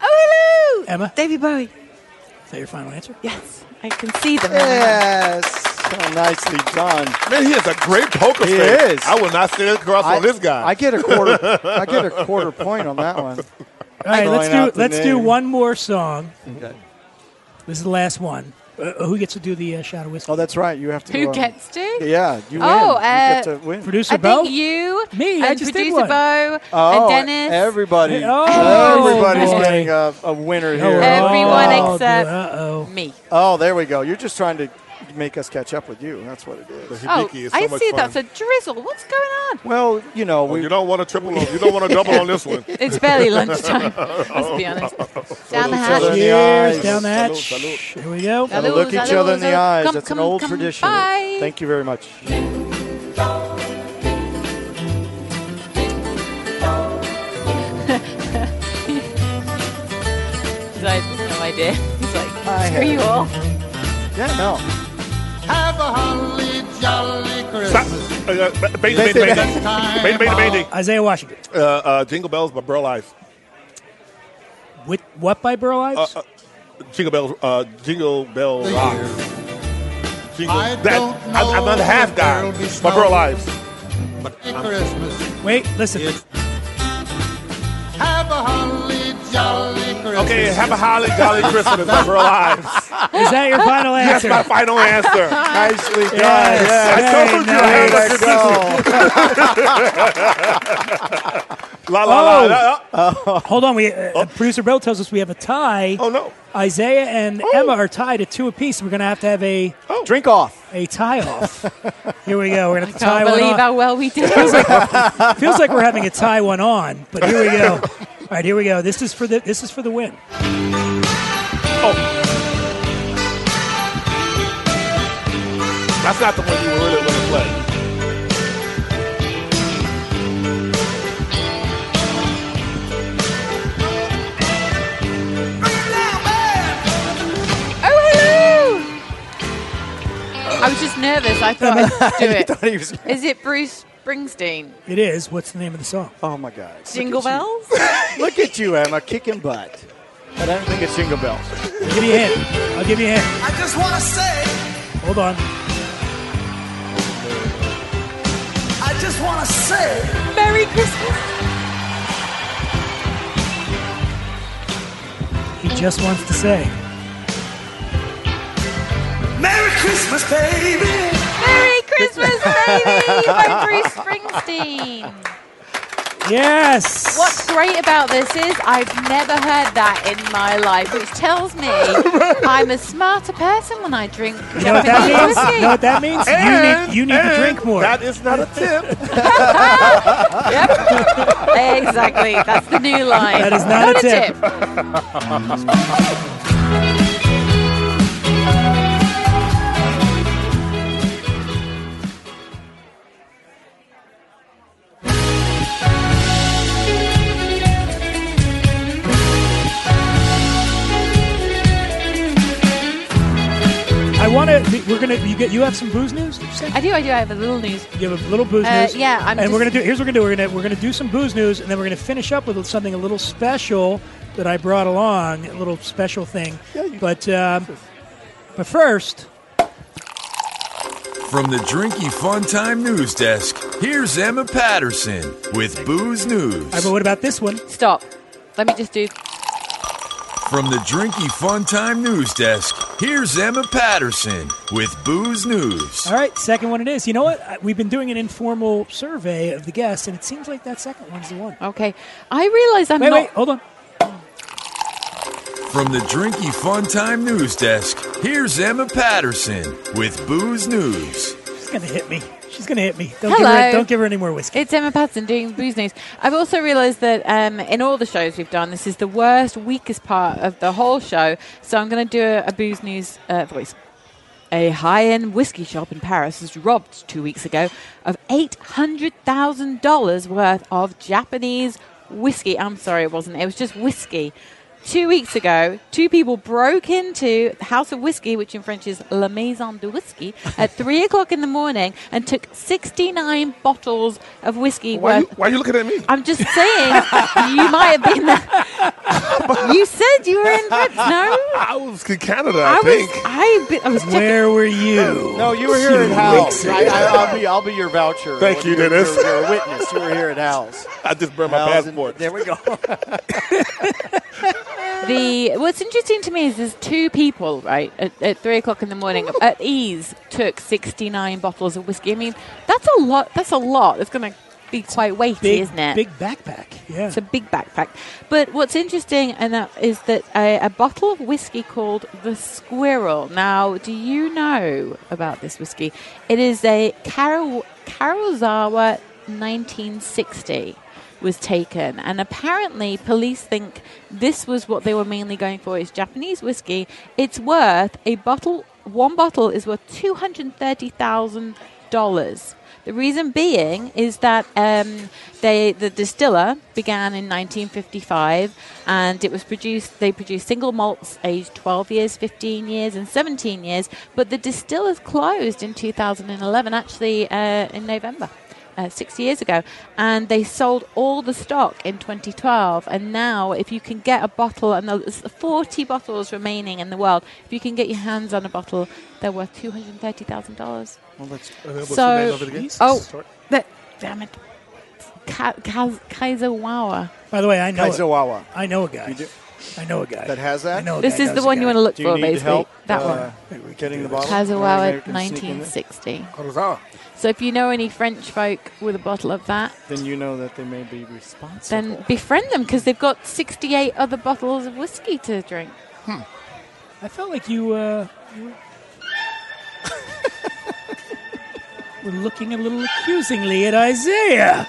Oh, hello.
Emma?
Davy Bowie.
Is that your final answer?
Yes. I can see them.
yes, so nicely done.
Man, he is a great poker
He
face.
is.
I will not sit across
I,
on this guy.
I get a quarter. I get a quarter point on that one.
All right, let's
Throwing out
do
the
let's do
name.
one more song.
Okay.
This is the last one. Uh, who gets to do the uh, shot of whiskey?
Oh, that's right. You have to.
Who
um,
gets to?
Yeah, you win.
Oh,
you get
uh,
to win.
Producer
I
Bo.
think you
Me,
and
I just did
producer
one.
Bo
Oh,
and Dennis.
Everybody.
Oh,
everybody's
boy.
getting a, a winner here.
Everyone
Oh,
except-
Uh oh.
me.
Oh, there we go. You're just trying to to make us catch up with you. That's what it is.
Oh,
Hibiki is so
I
much
see
fun.
that's a drizzle. What's going on?
Well, you know, we,
you don't want to triple. On, you don't want to double on this one.
It's barely lunchtime, let's be honest. Down the hatch.
Salute, salute.
Cheers
Eyes.
down the hatch.
Salute,
Here we go.
Salute.
gotta look each
Salud,
other in the
salud.
eyes.
Come,
That's
come,
an old
come.
tradition.
Bye.
Thank you very much.
I have no idea. It's like,
I
screw you all.
Yeah, no.
Stop. Uh, uh, Baby, baby, baby, baby, baby, baby.
Isaiah Washington.
Uh, uh, Jingle Bells by Burl Ives.
With what by Burl Ives?
Uh, Jingle Bells. Uh, Jingle Bell Rock. Jingle.
I
that,
don't
I, I'm
know
not a half
if
guy.
there'll be
By
snow.
Burl Ives. Uh,
Christmas.
Wait, listen.
Have a holly jolly Christmas.
Okay, have a holly jolly Christmas by Burl Ives.
Is that your final
That's
answer?
my final answer.
Nicely done.
Yes. Hey,
I told you I had
nice.
a good La la
Oh.
la. la. la.
Hold on. We uh, producer Bill tells us we have a tie.
Oh no.
Isaiah and Emma are tied at two apiece. We're going to have to have a
Drink off.
a tie off. Here we go. We're going to
I
tie
can't
one
believe
off.
how well we did.
Oh, Feels like we're having a tie one on, but here we go. All right, here we go. This is for the this is for the win.
That's not the one you were really want to play.
Oh, hello! I was just nervous. I thought I'd do it.
Thought he was-
Is it Bruce Springsteen?
It is. What's the name of the song?
Oh my God. Look
Jingle
at you.
bells?
Look at you, Emma, kicking butt. I don't think it's Jingle Bells.
I'll give you a hint. I'll give you a hint.
I just want to say,
Hold on.
I just want to say,
Merry Christmas!
He just wants to say.
Merry Christmas, baby.
Merry Christmas, baby! By Bruce Springsteen.
Yes.
What's great about this is I've never heard that in my life, which tells me I'm a smarter person when I drink
You know what that
Japanese
means?
whiskey.
You know what that means?
And-
you need you need to
and
drink more.
That is not a tip.
Yep. exactly. That's the new line.
That is not a tip. I want to. We're gonna. You get. You have some booze news. Did you say?
I do. I do. I have a little news.
You have a little booze
Uh,
news.
yeah, I'm
and we're gonna
just-
do. Here's what we're gonna do. We're gonna we're gonna do some booze news, and then we're gonna finish up with something a little special that I brought along, a little special thing. but um, but first,
From the Drinky Fun Time News Desk, here's Emma Patterson with Booze News.
all right, but what about this one?
Stop. Let me just do.
From the Drinky Fun Time News Desk, here's Emma Patterson with Booze News.
All right, second one it is. You know what? I- We've been doing an informal survey of the guests, and it seems like that second one's the one.
Okay. I realize I'm
Wait,
not.
wait, hold on.
From the Drinky Fun Time News Desk, here's Emma Patterson with Booze News.
She's gonna hit me. She's gonna hit me. Don't give her.
Hello.
Don't give her any more whiskey.
It's Emma Patson doing Booze News. I've also realised that um, in all the shows we've done, this is the worst, weakest part of the whole show. So I'm going to do a, a Booze News uh, voice. A high end whiskey shop in Paris was robbed two weeks ago of $800,000 worth of Japanese whiskey. I'm sorry, it wasn't. It was just whiskey. Two weeks ago, two people broke into the House of Whiskey, which in French is La Maison de Whiskey, at three o'clock in the morning and took 69 bottles of whiskey
Why you,
worth.
why you looking at me?
I'm just saying, you might have been there. You said you were in France, no?
I was in Canada, I,
I was,
think.
I, be- I was checking.
Where were you?
No, Oh, you were here at Hal's. I, I, will be, I'll be your voucher.
Thank
Or
you,
your-
Dennis.
your- your witness. You were here at Hal's.
I just burned my
Hal's in-
passport.
there we go.
the what's interesting to me is there's two people right at, at three o'clock in the morning at ease took 69 bottles of whiskey i mean that's a lot that's a lot that's going to be quite weighty,
Big,
isn't it?
Big backpack. Yeah.
It's a big backpack. But what's interesting and that is that a, a bottle of whiskey called the Squirrel. Now, do you know about this whiskey? It is a Karo, Karozawa 1960 was taken and apparently police think this was what they were mainly going for is Japanese whiskey. It's worth a bottle one bottle is worth two hundred thirty thousand dollars. The reason being is that um, they the distiller began in 1955, and it was produced. They produced single malts aged 12 years, 15 years, and 17 years. But the distillers closed in 2011, actually uh, in November. Uh, six years ago, and they sold all the stock in 2012. And now, if you can get a bottle, and there's 40 bottles remaining in the world, if you can get your hands on a bottle, they're worth $230,000
Well, that's
so, oh,
Sorry.
that, damn it. Ka- Kaz- Kaizawawa.
By the way, I know. A,
Kaizawawa.
I know a guy.
You do-
I know a guy.
That has that?
I know a
This
guy
is
who
the
knows a
one you
guy.
want to look
Do
for,
you need
basically.
help?
that
uh,
one.
Getting the bottle. Maybe I
Kaizawawa
can sneak in there.
1960.
Kurosawa.
So if you know any French folk with a bottle of that,
Then you know that they may be responsible.
then befriend them because they've got 68 other bottles of whiskey to drink.
I felt like you, uh, you were- were looking a little accusingly at Isaiah.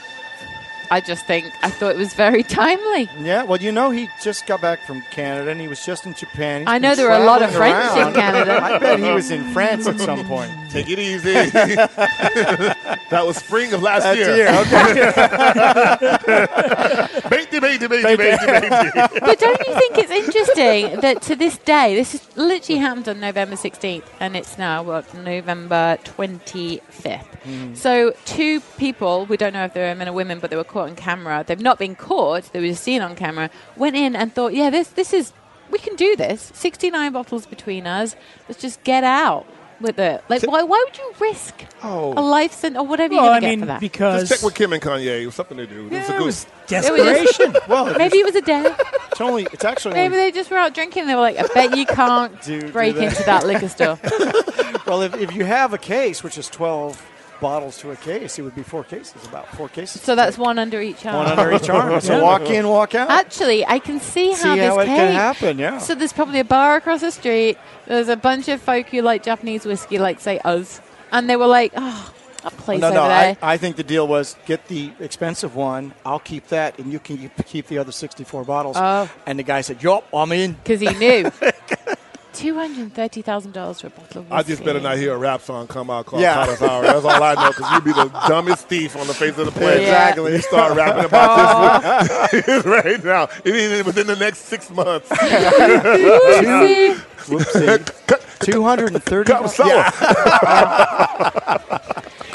I just think, I thought it was very timely.
yeah, well, you know, he just got back from Canada and he was just in Japan. He's
I know
been
there are a lot of
traveling
French in
around.
Canada.
I bet he was in France at some point.
Take it easy. that was spring of last
That's
year.
here, okay.
Baity, baity, baity, baity, baity.
but don't you think it's interesting that to this day, this is literally happened on November 16th, and it's now what November 25th.
Hmm.
So two people, we don't know if they were men or women, but they were caught on camera. They've not been caught; they were just seen on camera. Went in and thought, yeah, this this is we can do this. 69 bottles between us. Let's just get out with it. Like, why why would you risk a life sentence or whatever
Oh. Well,
you're
I
gonna get for
mean,
that?
because
Just check with Kim and Kanye. It was something to do. It was a
yeah, it was
It
good-
was just-
desperation.
Well, if
Maybe it was a dare.
it's only, it's actually
Maybe
only,
they just were out drinking. They were like, I bet you can't
Do- do
break
that.
into that liquor store.
well, if, if you have a case, which is 12 bottles to a case, it would be four cases, about four cases.
So that's one under each arm.
one under each arm. So
Yeah.
walk in, walk out.
Actually, I can see how
See
this
how it
came.
can happen, yeah.
So there's probably a bar across the street. There's a bunch of folk who like Japanese whiskey, like say us, and they were like, "Oh, that place
no,
over
no.
there."
I, I think the deal was get the expensive one. I'll keep that, and you can keep- keep the other 64 bottles.
Oh.
And the guy said, "Yup, I'm in."
Because he knew. Two hundred thirty thousand dollars for a bottle of whiskey.
I just better not hear a rap song come out called
Yeah.
yeah. That's all I know because you'd be the dumbest thief on the face of the planet.
Exactly.
You start rapping about
Oh.
this right now. It ain't within the next six months.
Whoopsie.
Whoopsie. 230.
Come so.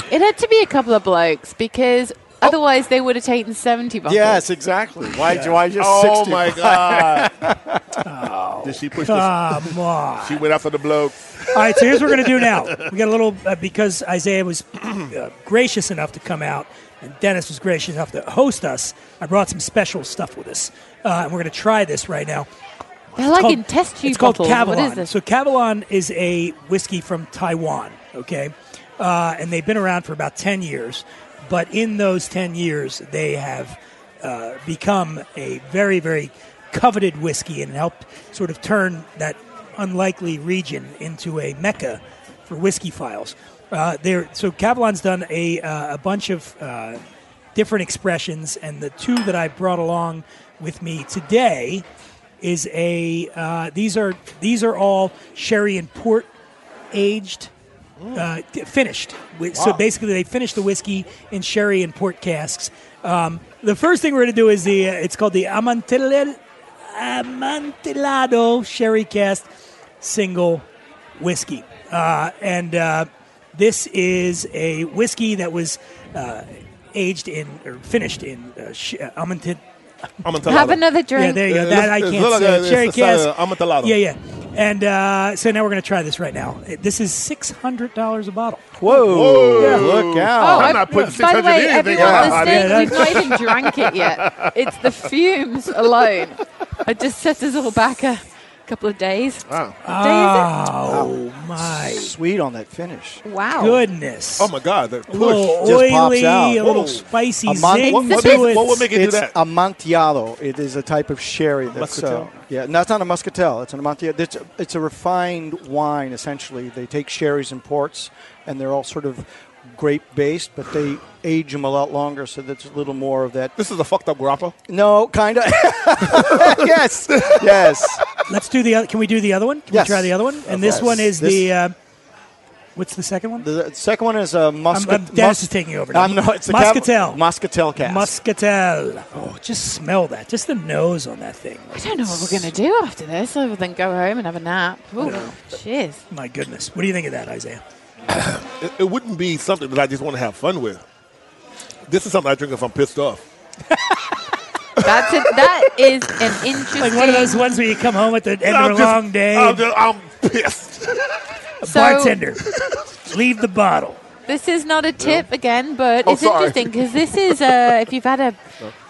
It had to be a couple of blokes because otherwise they would have taken seventy bottles.
Oh. Yes, exactly. Why? Why just
Oh
60?
my God.
Oh.
Did she push the?
Come on.
She went after the bloke.
All right, so here's what we're going to do now. We got a little, uh, because Isaiah was uh, gracious enough to come out and Dennis was gracious enough to host us, I brought some special stuff with us. Uh, and we're going to try this right now.
they're like
called-
in test tube
It's called
bottles.
Cavalon.
What is this?
So Cavalon is a whiskey from Taiwan, okay? Uh, and they've been around for about 10 years. But in those 10 years, they have uh, become a very, very coveted whiskey and helped sort of turn that unlikely region into a mecca for whiskey files. Uh, they're, so Cavalon's done a, uh, a bunch of uh, different expressions, and the two that I brought along with me today is a uh, these are these are all sherry and port aged uh, d- finished. Wi- So basically, they finished the whiskey in sherry and port casks. Um, the first thing we're going to do is the uh, it's called the Amantel- Amantelado Sherry Cast Single Whiskey, uh, and uh, this is a whiskey that was uh, aged in or finished in uh, sh- uh, Amantel-
I'm gonna tell
Have
her.
another drink.
yeah, there you
Uh,
go. That
let's-
I
let's
can't
look at
say.
this.
Cherry
It's, uh,
cask.
Amontillado.
Yeah, yeah. And uh, so now we're going to try this right now. Uh, This is six hundred dollars a bottle.
Whoa!
Whoa.
Look out!
Oh,
I'm not putting
By the
600
way,
in anything.
everyone
Yeah, I
listening,
mean-
we've not even drank it yet. It's the fumes alone. It just set us all back a, couple of days.
Wow.
Oh, my
Sweet on that finish.
Wow.
goodness.
Oh my God! That
a
push.
little
just
oily,
pops out.
a little
Whoa.
spicy
Among-
zing
what,
the
what,
to
best-
it.
what would make it do
It's
that?
amontillado. It is a type of sherry. That's,
Muscatel?
uh, yeah, no, it's not a muscatel. It's an amontillado. It's a, it's a refined wine, essentially. They take sherries and ports, and they're all sort of grape based, but they age them a lot longer, so that's a little more of that.
this is a fucked up grappa.
No, kind of. yes, yes.
Let's do the. other. Can we do the other one? Can
Yes.
we try the other one? And this
course.
one is
This-
the. Uh, what's the second one?
The second one is a muscat.
I'm- Dennis is taking you over now.
I'm not. It's a cab-
Muscatel.
muscatel cask.
Muscatel. Oh, just smell that. Just the nose on that thing.
I don't know what we're going to do after this other than go home and have a nap. Ooh, cheers.
My goodness. What do you think of that, Isaiah?
It, it wouldn't be something that I just want to have fun with. This is something I drink if I'm pissed off.
That's it. That is an interesting.
Like one of those ones where you come home at the end
I'm
of a
just-
long day.
I'm, just- I'm pissed.
So,
bartender, leave the bottle.
This is not a tip again, but
Oh,
it's
sorry.
interesting because this is uh, if you've had a.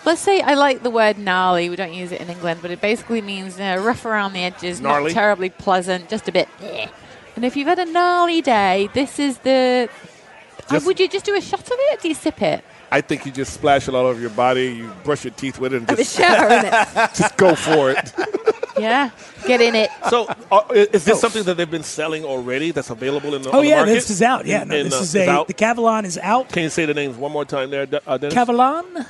Let's say I like the word gnarly. We don't use it in England, but it basically means uh, rough around the edges,
Gnarly.
not terribly pleasant, just a bit. eh. And if you've had a gnarly day, this is the. uh,
Just-
would you just do a shot of it? Or do you sip it?
I think you just splash it all over your body. You brush your teeth with it and
Have a
just,
shower in it.
just go for it.
Yeah, get in it.
So, uh, is is this something that they've been selling already? That's available in the
Oh
on the
yeah,
market?
this is out. Yeah,
And-
no,
and,
this
uh,
is a
out?
the Cavalon is out.
Can you say the names one more time there, De- uh, Dennis?
Cavalon.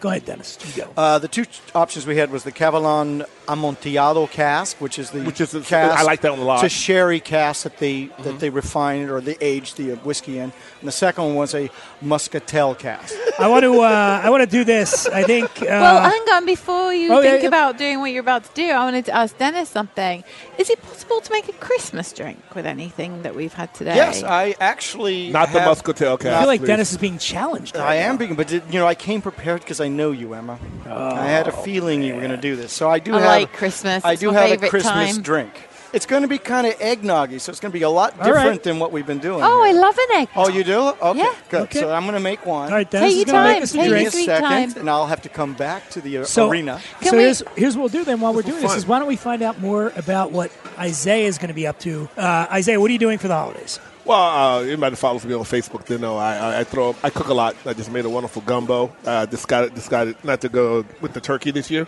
Go ahead, Dennis. You go.
Uh, the two options we had was the Cavalon Amontillado cask, which is the
Which is- it's-
cask.
I like that one a lot. Mm-hmm.
It's a sherry cask that they that they refine or they age the uh, whiskey in. And the second one was a muscatel cask.
I want to. Uh, I want to do this. I think. Uh,
Well, hang on. Before you
oh, yeah,
think
yeah.
about doing what you're about to do, I wanted to ask Dennis something. Is it possible to make a Christmas drink with anything that we've had today?
Yes, I actually
Not the
have-
muscatel
I
cat.
feel like
please.
Dennis is being challenged.
I
right
am
now.
being, but you know, I came prepared because I know you, Emma. I had a
Oh,
feeling you were going to do this, so I do
I
have.
like Christmas.
I
It's
do
my
have a
favorite
Christmas
time.
drink. It's going to be kind of eggnoggy, so it's going to be a lot
right.
different than what we've been doing.
Oh, I
here.
love an egg.
Oh, you do? Okay,
Yeah.
good.
Okay.
So I'm going to make one.
All right, Dennis
Take
is
your
gonna
time.
make us a
Take
Give
your
me a
drink.
sweet
second,
time.
and I'll have to come back to the uh,
So,
arena.
Can
so
we-
here's, here's what we'll do then while we're doing this
fun.
is why don't we find out more about what Isaiah is going to be up to. Uh, Isaiah, what are you doing for the holidays?
Well, uh, anybody that follows me on Facebook, they know I, I, I throw. I cook a lot. I just made a wonderful gumbo. Uh, decided, decided not to go with the turkey this year.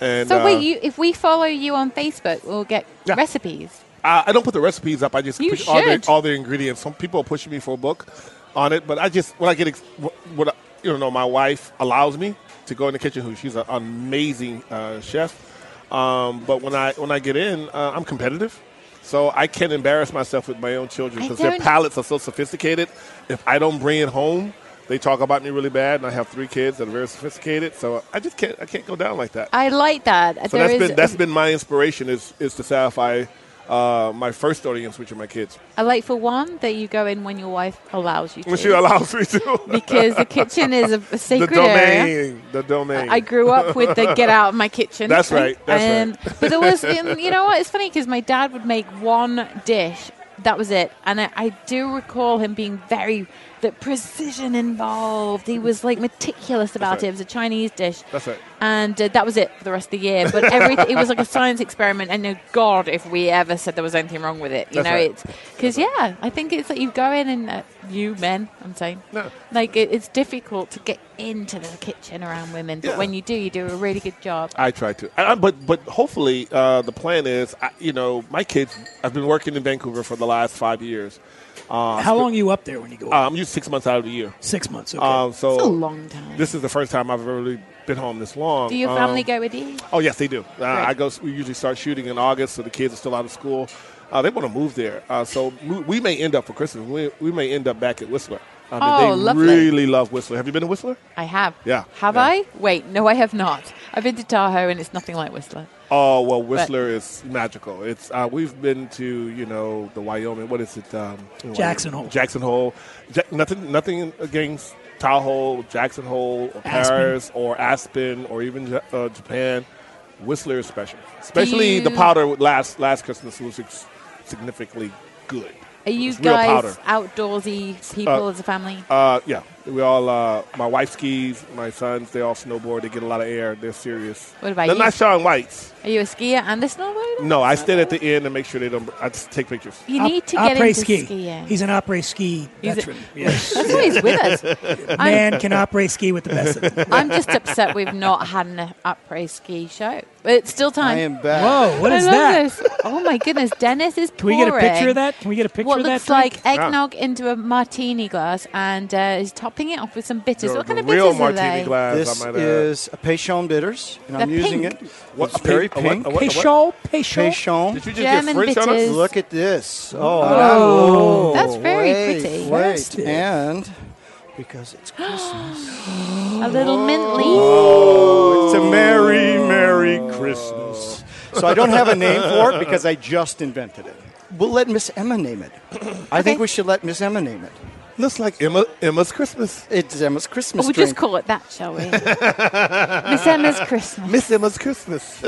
And
So
uh,
wait, you, if we follow you on Facebook, we'll get
Yeah.
recipes.
I, I don't put the recipes up. I just
You
put all the,
should.
all the ingredients. Some people are pushing me for a book on it, but I just when I get ex- wh- what I, you know, my wife allows me to go in the kitchen. Who she's an amazing uh, chef, um, but when I when I get in, uh, I'm competitive. So I can embarrass myself with my own children
I
because their
don't-
palates are so sophisticated. If I don't bring it home, they talk about me really bad, and I have three kids that are very sophisticated. So I just can't I can't go down like that.
I like that. There
So that's
is-
been that's been my inspiration is is to satisfy uh, my first audience, which are my kids,
I like for one that you go in when your wife allows you to.
which you allows me to.
because the kitchen is a, a
the
sacred area.
domain, the domain.
I grew up with the get out of my kitchen.
That's right, that's
and, But there was, and you know what? It's funny because my dad would make one dish. That was it. And I, I do recall him being very, the precision involved. He was like meticulous about
right.
it. It was a Chinese dish.
That's right.
And uh, that was it for the rest of the year. But every, it was like a science experiment. And no God, if we ever said there was anything wrong with it. You
That's
know,
right.
it's because, yeah, I think it's like you go in and uh, you men, I'm saying,
No.
like it, it's difficult to get into the kitchen around women, but
Yeah.
when you do, you do a really good job.
I try to, I, I- but but hopefully uh, the plan is, I, you know, my kids. I've been working in Vancouver for the last five years.
How long are you up there when you go?
Uh, I'm used six months out of the year.
Six months. Okay.
Um, so
It's a long time.
This is the first time I've ever really been home this long.
do your
Um,
family go with you?
Oh yes, they do. Uh,
Right.
I go. We usually start shooting in August, so the kids are still out of school. Uh, they want to move there, uh, so we, we may end up for Christmas. We, we may end up back at Whistler. I mean,
Oh,
they
lovely.
really love Whistler. Have you been to Whistler?
I have.
Yeah,
Have
yeah.
I? Wait, no, I have not. I've been to Tahoe, and it's nothing like Whistler.
Oh well, Whistler is magical. It's uh, we've been to you know the Wyoming. What is it? Um, in
Jackson
Wyoming.
Hole.
Jackson Hole. Ja- nothing. Nothing against Tahoe, Jackson Hole, or
Aspen.
Paris, or Aspen, or even Ja- uh, Japan. Whistler is special, especially the
you-
powder with last last Christmas was ex- significantly good.
Are you
It's real
guys
powder.
outdoorsy people as a family?
Uh, yeah, We all, uh, my wife skis, my sons, they all snowboard. They get a lot of air. They're serious.
What about
They're
you?
not Sean Whites.
Are you a skier and a snowboarder?
No, I stand at the end and make sure they don't. I just take pictures.
You
Op-
need to get
après
into
ski.
skiing.
He's an après ski
He's a-
veteran. yes.
That's why he's with us.
Man
I'm,
can après ski with the best of them.
I'm just upset we've not had an après ski show. But it's still time.
I am back.
Whoa, what
I
is
love
that?
this. Oh my goodness, Dennis is
Can we get a picture
pouring
of that? Can we get a picture
What
of that?
looks
drink?
like eggnog into a martini glass and uh, is topping it off with some bitters.
The-
what kind
the
of
real
bitters are
martini
they?
glass.
This
I might add.
is a Peychaud bitters, and I'm
They're
using
pink.
it.
What-
It's
a
very
pink- a what-
pink.
a what- a what-
Peychaud, Peychaud.
Peychaud.
Did you just
German
get French on
bitters.
us?
Look at this. Oh,
Whoa.
That's very
wait,
pretty.
Wait,
Fantastic.
and because it's Christmas,
A little mint leaf.
it's a merry, merry Christmas. So I don't have a name for it because I just invented it. We'll let Miss Emma name it. I think we should let Miss Emma name it.
Looks like Emma, Emma's Christmas.
It's Emma's Christmas
We'll
drink.
Oh, just call it that, shall we? Miss Emma's Christmas.
Miss Emma's Christmas.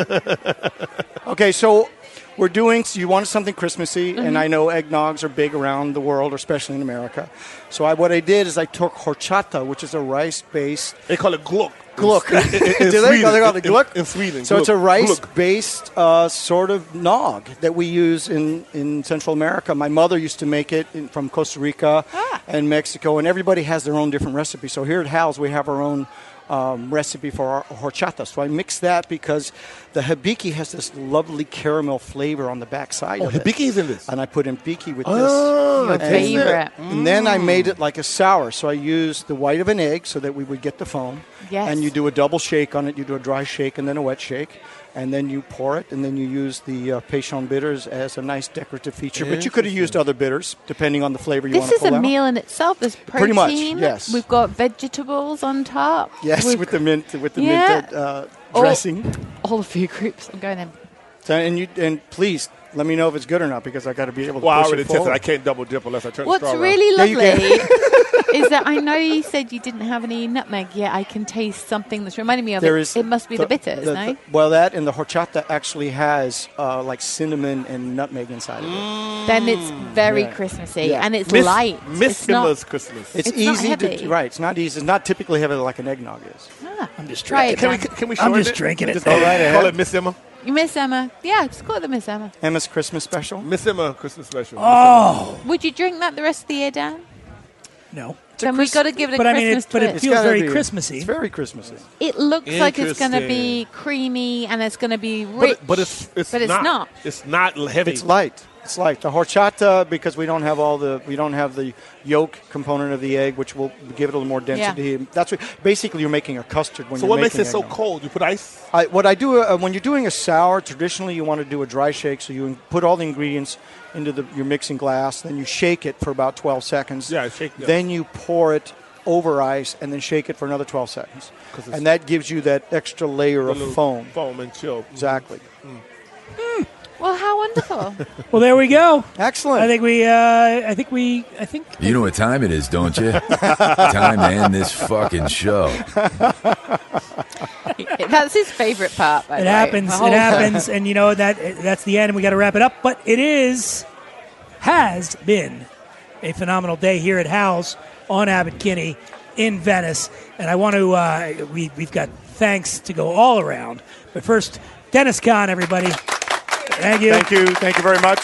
Okay, so we're doing. So you wanted something Christmassy, and I know eggnogs are big around the world, especially in America. So I, what I did is I took horchata, which is a rice-based
they call it Gluck.
gluck. Do
in
they call they call it
Sweden.
gluck?
In- in Sweden,
So it's a
gluck, gluck.
rice-based uh, sort of nog that we use in, in Central America. My mother used to make it in, from Costa Rica and Mexico, and everybody has their own different recipe. So here at Hal's, we have our own. Um, recipe for our horchata. So I mix that because the habiki has this lovely caramel flavor on the backside
Oh,
of it.
hibiki's in this.
And I put in biki with
Oh,
this.
that's
And-
favorite.
And then I made
Mm.
it like a sour. So I used the white of an egg so that we would get the foam.
Yes.
And you do a double shake on it. You do a dry shake and then a wet shake. And then you pour it, and then you use the uh, Peychaud bitters as a nice decorative feature. But you could have used other bitters, depending on the flavor you
This
want to
is
pull
a
out.
meal in itself. There's protein.
Pretty much, yes.
We've got vegetables on top.
Yes,
We've
with the mint, with the
Yeah.
minted uh,
Oh.
dressing.
all of your groups. I'm going in.
So, and you and please let me know if it's good or not because I got to be able to.
Well, I
push
already
it forward.
tested. I can't double dip unless I turn
What's
the straw around.
really
Yeah, you
lovely
can.
is that I know you said you didn't have any nutmeg yet. I can taste something that's reminding me of
There
it.
is
it must be the, bitters,
the-
no?
the- well, that and the horchata actually has uh, like cinnamon and nutmeg inside of it.
then it's very
Mm, Yeah.
Christmassy
Yeah.
and it's
Miss,
light.
Miss
it's
Emma's
not,
Christmas.
It's,
It's not
easy
heavy.
to right. It's not easy. It's not typically heavy like an eggnog is.
Ah,
I'm just
try it.
drinking
can, we,
Dan.
can we
I'm
shorten
just
it?
drinking it.
Just call,
Go right
it,
ahead.
call it Miss Emma.
Miss Emma. Yeah, just call it the Miss Emma.
Emma's Christmas special.
Miss Emma Christmas special.
Oh
Would you drink that the rest of the year, Dan?
no!
Then we got to give it a
But I mean,
Christmas
it, but it
twist.
feels
gotta
very
be.
Christmassy.
It's very Christmassy.
It looks like it's going to be
Interesting.
creamy and it's going to be
But,
rich.
it- but it's it's
But it's
not,
not.
It's not heavy.
It's light. It's light. The horchata because we don't have all the we don't have the yolk component of the egg, which will give it a little more density. That's what basically you're making a custard when
so
you're
what makes
making
it so
eggnog.
cold? You put ice.
I, what I do uh, when you're doing a sour, traditionally you want to do a dry shake, so you in- put all the ingredients into the, your mixing glass, then you shake it for about 12 seconds.
Yeah, shake, yeah.
Then you pour it over ice, and then shake it for another 12 seconds,
'Cause it's-
and that gives you that extra layer
a
of
little
foam.
Foam and chill.
Exactly.
well, how wonderful.
Well, there we go.
Excellent.
I think we. Uh, I think we. I think.
You know what time it is, don't you? time to end this fucking show.
That's his favorite part. by
It
the way.
happens.
The
It
whole-
happens, and you know that eh, that's the end, and we got to wrap it up. But it is, has been, a phenomenal day here at Hal's on Abbott Kinney in Venice, and I want to. Uh, we we've got thanks to go all around, but first, Dennis Kahn, everybody. Thank you.
Thank you. Thank you very much.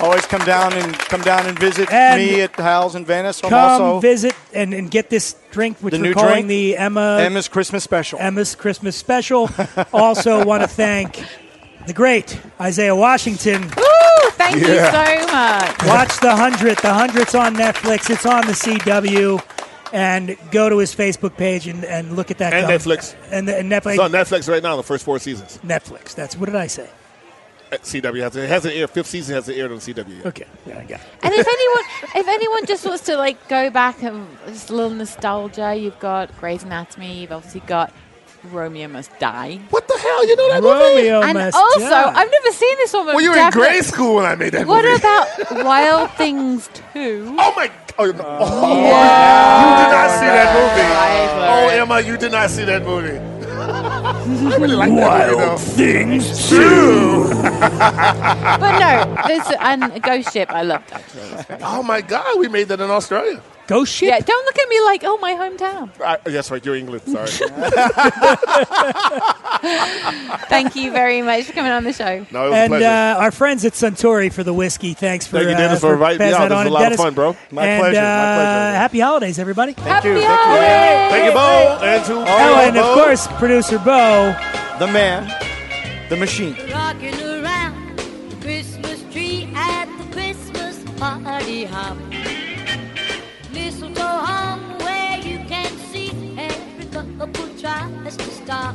Always come down and come down and visit
And
me at Hal's in Venice. I'm
Come
also
visit and, and get this drink, which
The
we're
new
calling
drink?
the Emma
Emma's Christmas special.
Emma's Christmas special. also, want to thank the great Isaiah Washington.
Woo! Thank you so much.
Watch The Hundred. The Hundred's on Netflix. It's on the CW. And go to his Facebook page and, and look at that.
And
cover.
Netflix.
And, the- and Netflix.
It's on Netflix right now. The first four seasons.
Netflix. That's what did I say?
At CW has it hasn't aired. Fifth season hasn't aired on CW. Yet.
Okay. Yeah, I got it.
And if anyone, if anyone just wants to like go back and just a little nostalgia, you've got Grey's Anatomy. You've obviously got Romeo Must Die.
What the hell? You know that movie?
Romeo
and
must
also,
die.
I've never seen this one. but
Well, you were in
definitely-
grade school when I made that
What
movie.
about Wild Things Two?
Oh my! Oh, no. oh you did not see that movie. Oh Emma, you did not see that movie. I really like that movie though.
things too.
But no, there's and Ghost Ship. I loved actually. It's very-
Oh my God, we made that in Australia.
Ghost ship?
Yeah, don't look at me like, oh, my hometown.
I, yes, right. You're England. Sorry.
Thank you very much for coming on the show.
no, it was a
And
pleasure.
uh, our friends at Suntory for the whiskey. Thanks for
Thank you,
uh,
Dennis, for inviting me
passing that
out. This
on.
was a lot of
Dennis-
fun, bro. My
and,
pleasure, my
uh,
pleasure.
happy holidays, everybody.
Happy
you, thank you.
holidays!
Thank you, Bo, and to
Oh,
all
and of course, producer Bo.
The man, the machine.
Rocking around the Christmas tree at the Christmas party hop. Mistletoe hung where you can see every couple tries to stop.